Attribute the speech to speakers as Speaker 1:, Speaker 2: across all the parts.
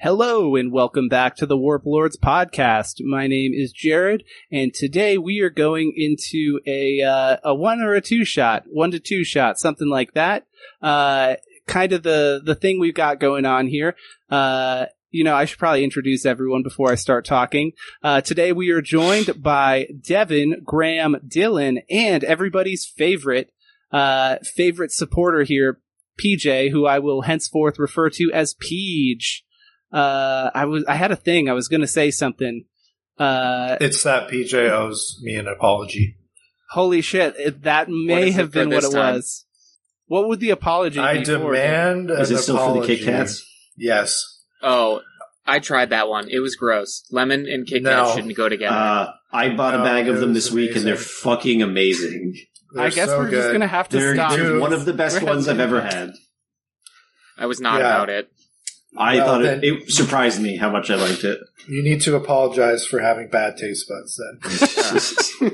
Speaker 1: Hello and welcome back to the Warp Lords podcast. My name is Jared, and today we are going into a uh, a one or a two shot, one to two shot, something like that. Uh, kind of the the thing we've got going on here. Uh, you know, I should probably introduce everyone before I start talking. Uh, today we are joined by Devin, Graham, Dylan, and everybody's favorite uh, favorite supporter here, PJ, who I will henceforth refer to as Peach. Uh, I was I had a thing I was going to say something. Uh,
Speaker 2: It's that PJ owes me an apology.
Speaker 1: holy shit! it- That may
Speaker 3: is it
Speaker 1: have been
Speaker 3: for
Speaker 1: what
Speaker 3: this
Speaker 1: it
Speaker 3: time?
Speaker 1: was. What would the apology?
Speaker 2: I
Speaker 1: be for?
Speaker 2: demand an
Speaker 4: Is it still for the
Speaker 2: apology.
Speaker 4: Kit Kats?
Speaker 2: Yes.
Speaker 3: Oh, I tried that one. It was gross. Lemon and Kit Kat
Speaker 2: No.
Speaker 3: shouldn't go together.
Speaker 4: Uh, I bought
Speaker 2: No,
Speaker 4: a bag
Speaker 2: it
Speaker 4: of them
Speaker 2: was
Speaker 4: this week, and they're
Speaker 2: amazing.
Speaker 4: fucking amazing.
Speaker 1: I guess we're just going to have to
Speaker 4: They're,
Speaker 1: stop.
Speaker 4: they're
Speaker 2: Dude.
Speaker 4: one of the best
Speaker 1: We're
Speaker 4: ones I've
Speaker 1: having-
Speaker 4: ever had.
Speaker 3: I was not
Speaker 2: yeah.
Speaker 3: about it.
Speaker 4: I
Speaker 2: Well,
Speaker 4: thought
Speaker 2: then-
Speaker 4: it, it surprised me how much I liked it.
Speaker 2: You need to apologize for having bad taste buds. Then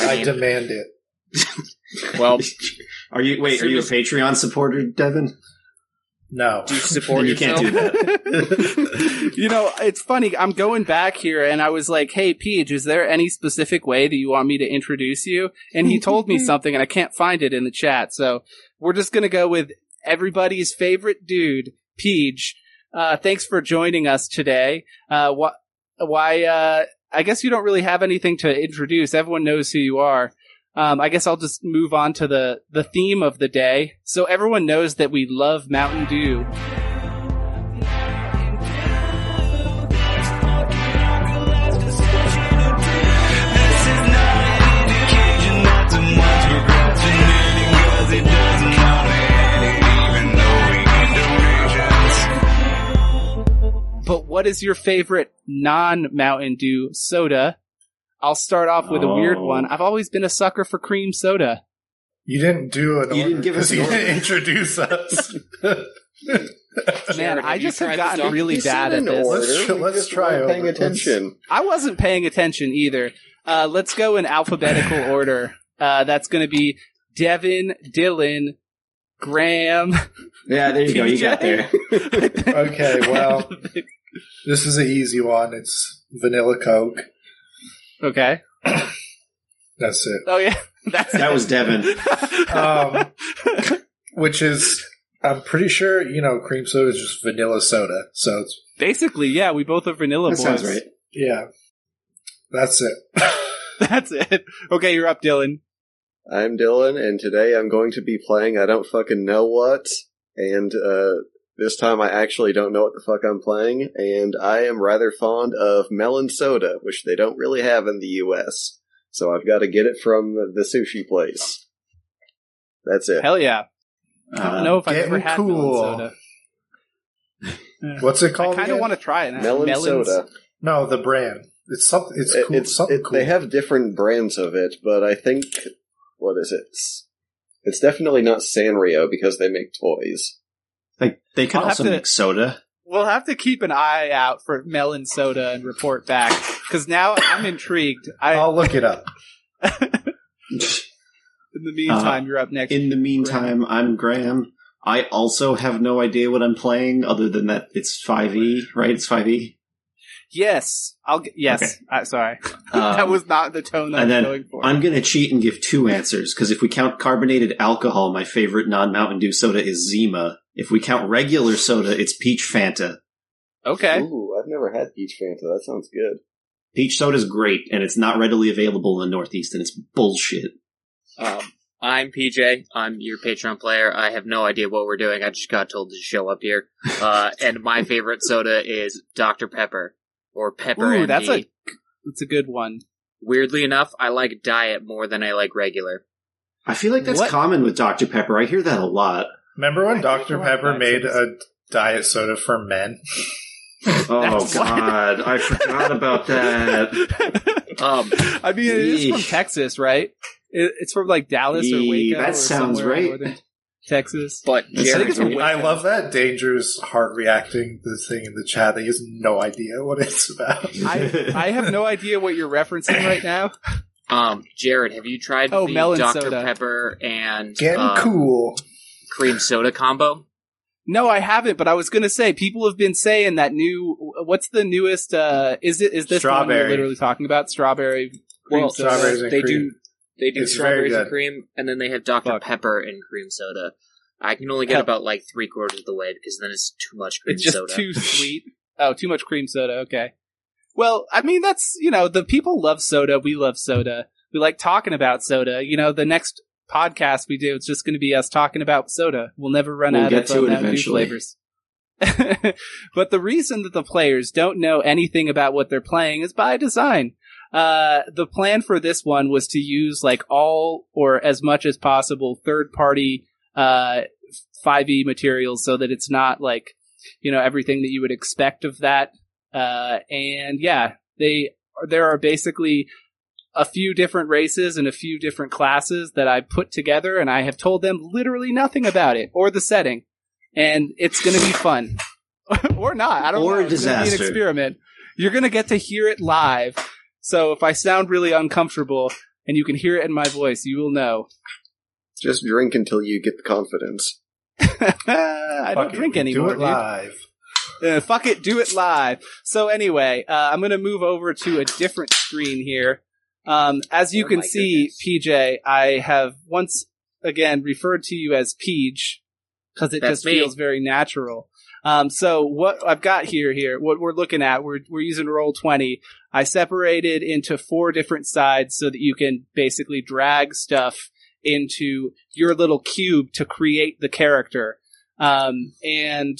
Speaker 2: I,
Speaker 3: mean-
Speaker 2: demand it.
Speaker 3: Well,
Speaker 4: are you wait? Are you a
Speaker 3: Seriously.
Speaker 4: Patreon supporter, Devin?
Speaker 2: No.
Speaker 3: do you support
Speaker 4: Then you
Speaker 3: yourself?
Speaker 4: can't do that.
Speaker 1: you know, it's funny. I'm going back here and I was like, hey, Peach, is there any specific way that you want me to introduce you? And he told me something and I can't find it in the chat. So we're just going to go with everybody's favorite dude, Peach. Uh, thanks for joining us today. Uh, wh- why, uh, I guess you don't really have anything to introduce. Everyone knows who you are. Um, I guess I'll just move on to the, the theme of the day. So everyone knows that we love Mountain Dew. But what is your favorite non Mountain Dew soda? I'll start off with a weird
Speaker 4: Oh.
Speaker 1: one. I've always been a sucker for cream soda.
Speaker 2: You didn't do an
Speaker 4: You didn't
Speaker 2: order
Speaker 4: give us
Speaker 2: 'cause
Speaker 4: an
Speaker 2: you
Speaker 4: order.
Speaker 2: didn't introduce us.
Speaker 1: Man,
Speaker 3: Jared,
Speaker 1: I just have
Speaker 3: have you tried this
Speaker 1: gotten
Speaker 3: dog?
Speaker 1: really bad at this.
Speaker 2: Let's tr- let's try over.
Speaker 5: paying attention.
Speaker 1: I wasn't paying attention either. Uh, let's go in alphabetical order. Uh, that's going to be Devin, Dylan, Graham.
Speaker 4: yeah, there you go. You got
Speaker 1: PJ.
Speaker 4: there.
Speaker 2: okay, well, this is an easy one. It's vanilla Coke.
Speaker 1: okay.
Speaker 2: That's it.
Speaker 1: Oh yeah, that's Uh,
Speaker 4: That was Devin.
Speaker 2: Um, which is, I'm pretty sure, you know, cream soda is just vanilla soda. So it's
Speaker 1: basically yeah. We both are vanilla
Speaker 4: That
Speaker 1: boys.
Speaker 4: sounds right.
Speaker 2: Yeah. That's it.
Speaker 1: That's it. Okay, you're up, Dylan.
Speaker 5: I'm Dylan, and today I'm going to be playing I Don't Fucking Know What, and uh, this time I actually don't know what the fuck I'm playing, and I am rather fond of melon soda, which they don't really have in the US, so I've got to get it from the sushi place. That's it.
Speaker 1: Hell yeah. I
Speaker 4: Uh,
Speaker 1: don't know if I've
Speaker 2: getting
Speaker 1: ever had
Speaker 2: cool.
Speaker 1: melon soda.
Speaker 2: What's it
Speaker 1: I
Speaker 2: called?
Speaker 1: kind of want to try it. now.
Speaker 5: melon
Speaker 1: Melons?
Speaker 5: soda.
Speaker 2: No, the brand. It's something. It's
Speaker 5: It-
Speaker 2: cool.
Speaker 5: it's-
Speaker 2: something
Speaker 5: it-
Speaker 2: cool.
Speaker 5: They have different brands of it, but I think what is it? It's definitely not Sanrio because they make toys.
Speaker 4: like they could
Speaker 1: I'll have
Speaker 4: also
Speaker 1: to-
Speaker 4: make soda.
Speaker 1: We'll have to keep an eye out for melon soda and report back because now I'm intrigued. I,
Speaker 2: I'll look it up.
Speaker 1: in the meantime, you're up next.
Speaker 4: In the meantime, I'm Graham. I also have no idea what I'm playing, other than that it's 5e, right? It's E? 5e.
Speaker 1: yes, I'll. g- Yes,
Speaker 4: Okay.
Speaker 1: I, sorry,
Speaker 4: Um,
Speaker 1: that was not the tone that I was
Speaker 4: and then
Speaker 1: going for.
Speaker 4: I'm going to cheat and give two answers because if we count carbonated alcohol, my favorite non Mountain Dew soda is Zima. If we count regular soda, it's Peach Fanta.
Speaker 1: okay,
Speaker 5: Ooh, I've never had peach Fanta. That sounds good.
Speaker 4: Peach soda's great, and it's not readily available in the Northeast, and it's bullshit.
Speaker 3: Um, I'm PJ. I'm your Patreon player. I have no idea what we're doing. I just got told to show up here. Uh, and my favorite soda is Dr. Pepper or Pepper.
Speaker 1: Ooh,
Speaker 3: MD.
Speaker 1: that's a that's a good one.
Speaker 3: Weirdly enough, I like diet more than I like regular.
Speaker 4: I feel like that's
Speaker 1: What?
Speaker 4: common with Dr. Pepper. I hear that a lot.
Speaker 2: Remember when
Speaker 1: I
Speaker 2: Dr.
Speaker 1: think
Speaker 2: Pepper
Speaker 1: I
Speaker 2: made
Speaker 1: like
Speaker 2: a diet soda for men?
Speaker 4: Oh,
Speaker 1: That's what-
Speaker 4: God. I forgot about that.
Speaker 3: Um,
Speaker 1: I mean, it is from
Speaker 4: Uh, Yeesh.
Speaker 1: Texas, right? It, it's from like Dallas or
Speaker 4: Yee,
Speaker 1: Waco.
Speaker 4: that
Speaker 1: or
Speaker 4: sounds
Speaker 1: somewhere in
Speaker 4: right.
Speaker 1: northern Texas.
Speaker 3: but
Speaker 4: That sounds
Speaker 3: Jared,
Speaker 1: it's a
Speaker 4: right.
Speaker 1: Waco.
Speaker 2: I love that dangerous heart reacting the thing in the chat that he has no idea what it's about.
Speaker 1: I, I have no idea what you're referencing right now.
Speaker 3: um, Jared, have you tried
Speaker 1: Oh,
Speaker 3: the
Speaker 1: melon
Speaker 3: Dr.
Speaker 1: soda.
Speaker 3: Pepper and
Speaker 2: Getting
Speaker 3: uh,
Speaker 2: cool.
Speaker 3: cream soda combo?
Speaker 1: No, I haven't, but I was gonna say people have been saying that new. What's the newest? uh Is it is this one we're
Speaker 2: Strawberry.
Speaker 1: literally talking about? Strawberry. cream
Speaker 3: Well,
Speaker 1: soda.
Speaker 2: strawberries and
Speaker 3: they do
Speaker 2: cream.
Speaker 3: they do
Speaker 2: It's very
Speaker 3: strawberries and
Speaker 2: good.
Speaker 3: cream, and then they have Dr
Speaker 1: Fuck.
Speaker 3: Pepper and cream soda. I can only get
Speaker 1: Pep-
Speaker 3: about like three quarters of the way because then it's too much cream
Speaker 1: It's just
Speaker 3: soda.
Speaker 1: too sweet. Oh, too much cream soda. Okay. Well, I mean, that's, you know, the people love soda. We love soda. We like talking about soda. You know, the next podcast we do, it's just going to be us talking about soda. We'll never run
Speaker 4: We'll
Speaker 1: out
Speaker 4: get
Speaker 1: of uh,
Speaker 4: to it
Speaker 1: Mountain Dew
Speaker 4: eventually.
Speaker 1: flavors. but the reason that the players don't know anything about what they're playing is by design. Uh, the plan for this one was to use like all or as much as possible third party, uh, 5e materials so that it's not like you know everything that you would expect of that uh and yeah they there are basically a few different races and a few different classes that I put together and I have told them literally nothing about it or the setting and it's going to be fun or not I don't
Speaker 4: Or
Speaker 1: know It's gonna be
Speaker 4: disaster.
Speaker 1: an experiment you're going to get to hear it live so if I sound really uncomfortable and you can hear it in my voice you will know
Speaker 5: Just drink until you get the confidence.
Speaker 1: I don't
Speaker 2: Fuck it,
Speaker 1: drink
Speaker 2: we
Speaker 1: anymore
Speaker 2: Do it
Speaker 1: dude.
Speaker 2: live.
Speaker 1: Uh, fuck it, do it live. So anyway, uh, I'm gonna move over to a different screen here. Um, as you
Speaker 3: Oh
Speaker 1: can
Speaker 3: my
Speaker 1: see, PJ, I have once again referred to you as Peach because it
Speaker 3: That's
Speaker 1: just
Speaker 3: me.
Speaker 1: feels very natural. Um, so what I've got here, here, what we're looking at, we're we're using roll twenty. I separated into four different sides so that you can basically drag stuff into your little cube to create the character. Um, and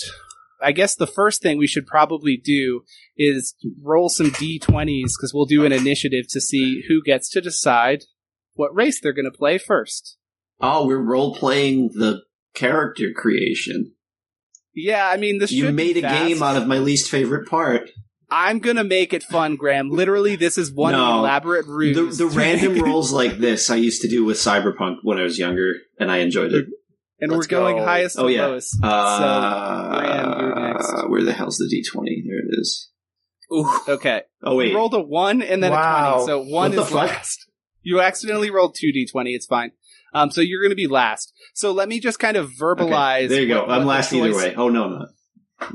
Speaker 1: I guess the first thing we should probably do is roll some d20s because we'll do an initiative to see who gets to decide what race they're going to play first.
Speaker 4: Oh, we're role playing the character creation.
Speaker 1: Yeah, I mean this.
Speaker 4: You
Speaker 1: should be
Speaker 4: made a
Speaker 1: fast.
Speaker 4: game out of my least favorite part.
Speaker 1: I'm gonna make it fun, Graham. Literally, this is one
Speaker 4: No.
Speaker 1: elaborate ruse.
Speaker 4: The, the
Speaker 1: to
Speaker 4: random
Speaker 1: make-
Speaker 4: rolls like this I used to do with Cyberpunk when I was younger, and I enjoyed it.
Speaker 1: and we're
Speaker 5: Let's
Speaker 1: going
Speaker 5: go.
Speaker 1: highest
Speaker 4: Oh,
Speaker 1: to
Speaker 4: yeah.
Speaker 1: lowest.
Speaker 4: Uh,
Speaker 1: Graham, you're next.
Speaker 4: Where the hell's the D20? There it is.
Speaker 3: Ooh.
Speaker 1: So okay,
Speaker 4: Oh, wait.
Speaker 1: you rolled a one and then
Speaker 2: Wow.
Speaker 1: a twenty, so one
Speaker 4: What the
Speaker 1: is
Speaker 4: fuck?
Speaker 1: last. You accidentally rolled two d20. It's fine. Um, so you're gonna be last. So let me just kind of
Speaker 4: Okay,
Speaker 1: verbalize.
Speaker 4: There you go.
Speaker 1: what- what
Speaker 4: I'm
Speaker 1: the
Speaker 4: last either
Speaker 1: choice-
Speaker 4: way. Oh, no, no.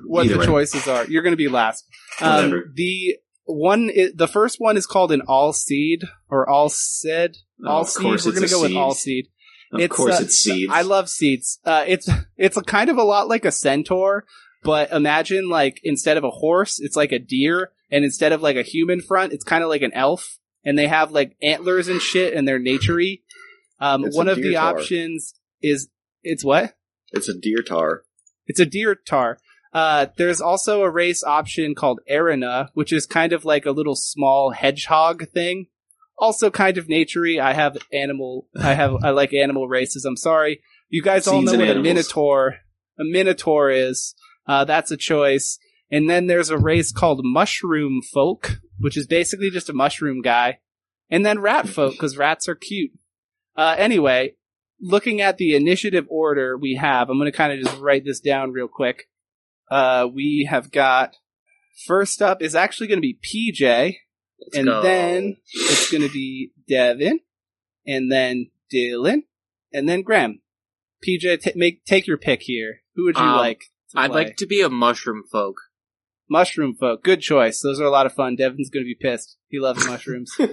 Speaker 1: what
Speaker 4: Either
Speaker 1: the
Speaker 4: way.
Speaker 1: choices are. You're going to be last. Um,
Speaker 4: Whatever.
Speaker 1: the one, i- the first one is called an all seed or all said.
Speaker 4: Oh,
Speaker 1: all
Speaker 4: of
Speaker 1: seed.
Speaker 4: course
Speaker 1: We're
Speaker 4: it's
Speaker 1: going to
Speaker 4: a
Speaker 1: go with
Speaker 4: seed.
Speaker 1: all seed.
Speaker 4: Of
Speaker 1: It's,
Speaker 4: course
Speaker 1: uh,
Speaker 4: it's seeds.
Speaker 1: I love seeds. Uh, it's it's a kind of a lot like a centaur, but imagine like instead of a horse, it's like a deer, and instead of like a human front, it's kind of like an elf, and they have like antlers and shit, and they're naturey. Um,
Speaker 5: It's a
Speaker 1: one of the
Speaker 5: deer tar.
Speaker 1: options is it's what
Speaker 5: It's a deer tar.
Speaker 1: it's a deer tar. Uh, there's also a race option called Arena, which is kind of like a little small hedgehog thing. Also kind of naturey. I have animal. I have. I like animal races. I'm sorry. You guys all
Speaker 4: Seeds
Speaker 1: know
Speaker 4: and
Speaker 1: what a
Speaker 4: animals.
Speaker 1: minotaur. A minotaur is. Uh, that's a choice. And then there's a race called Mushroom Folk, which is basically just a mushroom guy. And then Rat Folk, because rats are cute. Uh, anyway, looking at the initiative order we have, I'm going to kind of just write this down real quick. Uh, we have got first up is actually going to be PJ,
Speaker 3: Let's
Speaker 1: and
Speaker 3: go.
Speaker 1: then it's going to be Devin, and then Dylan, and then Graham. PJ, t- make take your pick here. Who would you
Speaker 3: Um,
Speaker 1: like? to
Speaker 3: I'd
Speaker 1: play?
Speaker 3: like to be a mushroom folk.
Speaker 1: mushroom folk. Good choice. Those are a lot of fun. Devin's going to be pissed. He loves mushrooms. uh,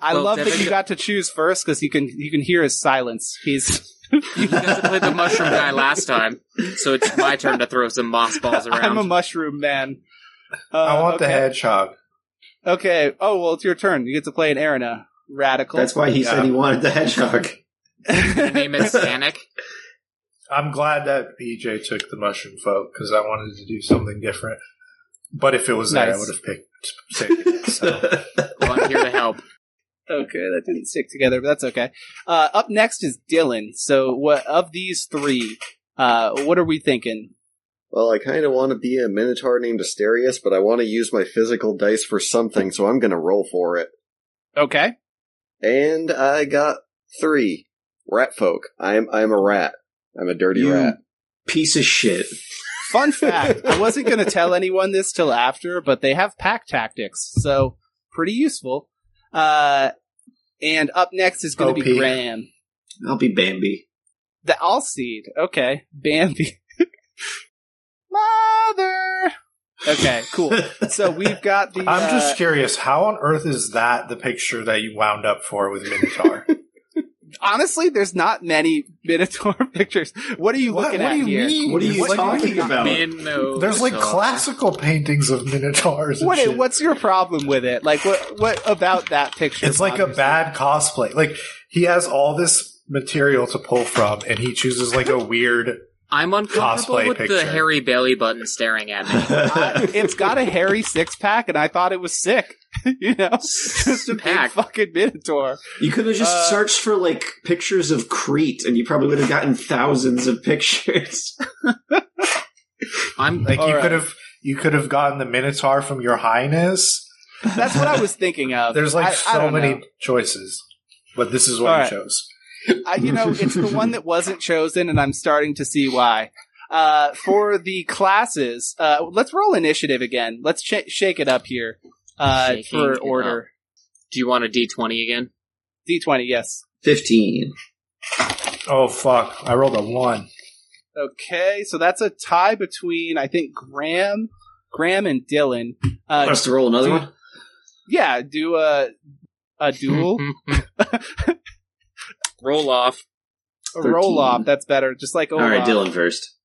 Speaker 1: I
Speaker 3: Well,
Speaker 1: love that
Speaker 3: Devin
Speaker 1: you
Speaker 3: go-
Speaker 1: got to choose first because you can you can hear his silence. He's
Speaker 3: You guys played the mushroom guy last time, so it's my turn to throw some moss balls
Speaker 1: I'm
Speaker 3: around.
Speaker 1: a mushroom man. Uh,
Speaker 2: I want the
Speaker 1: okay.
Speaker 2: hedgehog.
Speaker 1: Okay. Oh well, it's your turn. You get to play an Arena radical.
Speaker 4: That's why he said he
Speaker 2: Yeah.
Speaker 4: wanted the hedgehog.
Speaker 3: Your name is Sanic.
Speaker 2: I'm glad that PJ took the mushroom folk because I wanted to do something different. But if it was there,
Speaker 1: Nice.
Speaker 2: I would have picked. picked it, so.
Speaker 3: Well, I'm here to help.
Speaker 1: okay, that didn't stick together, but that's okay. Uh, up next is Dylan. So, what of these three? Uh, what are we thinking?
Speaker 5: Well, I kind of want to be a minotaur named Asterius, but I want to use my physical dice for something, so I'm going to roll for it.
Speaker 1: Okay.
Speaker 5: And I got three rat folk. I'm I'm a rat. I'm a dirty
Speaker 4: You
Speaker 5: rat.
Speaker 4: piece of shit.
Speaker 1: Fun fact: I wasn't going to tell anyone this till after, but they have pack tactics, so pretty useful. Uh, and up next is going to be
Speaker 2: OP.
Speaker 1: Graham.
Speaker 4: I'll be Bambi.
Speaker 1: The all seed. Okay, Bambi. Mother. Okay, cool. So we've got the.
Speaker 2: I'm
Speaker 1: uh,
Speaker 2: just curious, how on earth is that the picture that you wound up for with Minotaur?
Speaker 1: honestly, there's not many Minotaur pictures. What are you
Speaker 2: What-
Speaker 1: looking
Speaker 2: what
Speaker 1: at
Speaker 2: do you
Speaker 1: here?
Speaker 2: mean?
Speaker 4: What are you
Speaker 1: What-
Speaker 4: talking about?
Speaker 3: Minnow.
Speaker 2: There's like
Speaker 3: So-
Speaker 2: classical paintings of Minotaurs. And
Speaker 1: What
Speaker 2: shit.
Speaker 1: what's your problem with it? Like what what about that picture?
Speaker 2: It's like a
Speaker 1: bothers you?
Speaker 2: bad cosplay. Like he has all this material to pull from, and he chooses like a weird.
Speaker 3: I'm uncomfortable
Speaker 2: Cosplay
Speaker 3: with the
Speaker 2: picture.
Speaker 3: hairy belly button staring at me.
Speaker 1: Uh, it's got a hairy six pack, and I thought it was sick. you know, just a big
Speaker 3: Pack.
Speaker 1: fucking minotaur.
Speaker 4: you could have just
Speaker 1: Uh,
Speaker 4: searched for like pictures of Crete, and you probably would have gotten thousands of pictures.
Speaker 3: I'm
Speaker 2: Like you
Speaker 1: Alright.
Speaker 2: could have you could have gotten the Minotaur from Your Highness.
Speaker 1: That's what I was thinking of.
Speaker 2: There's like
Speaker 1: I- I
Speaker 2: so
Speaker 1: don't
Speaker 2: many
Speaker 1: know.
Speaker 2: choices, but this is what
Speaker 1: All
Speaker 2: you
Speaker 1: right.
Speaker 2: chose.
Speaker 1: I, you know, it's the one that wasn't chosen, and I'm starting to see why. Uh, for the classes, uh, let's roll initiative again. Let's sh- shake it up here uh,
Speaker 3: Shaking
Speaker 1: for
Speaker 3: it
Speaker 1: order.
Speaker 3: Do you want a D20 again?
Speaker 1: D20, yes.
Speaker 4: Fifteen.
Speaker 2: Oh fuck! I rolled a one.
Speaker 1: Okay, so that's a tie between I think Graham, Graham and Dylan.
Speaker 4: Want
Speaker 1: Uh,
Speaker 4: us to roll another
Speaker 1: do-
Speaker 4: one?
Speaker 1: yeah, do a a duel,
Speaker 3: Roll off.
Speaker 1: a roll
Speaker 4: 13.
Speaker 1: off. That's better. Just like
Speaker 4: All right,
Speaker 1: Olaf.
Speaker 4: Dylan first.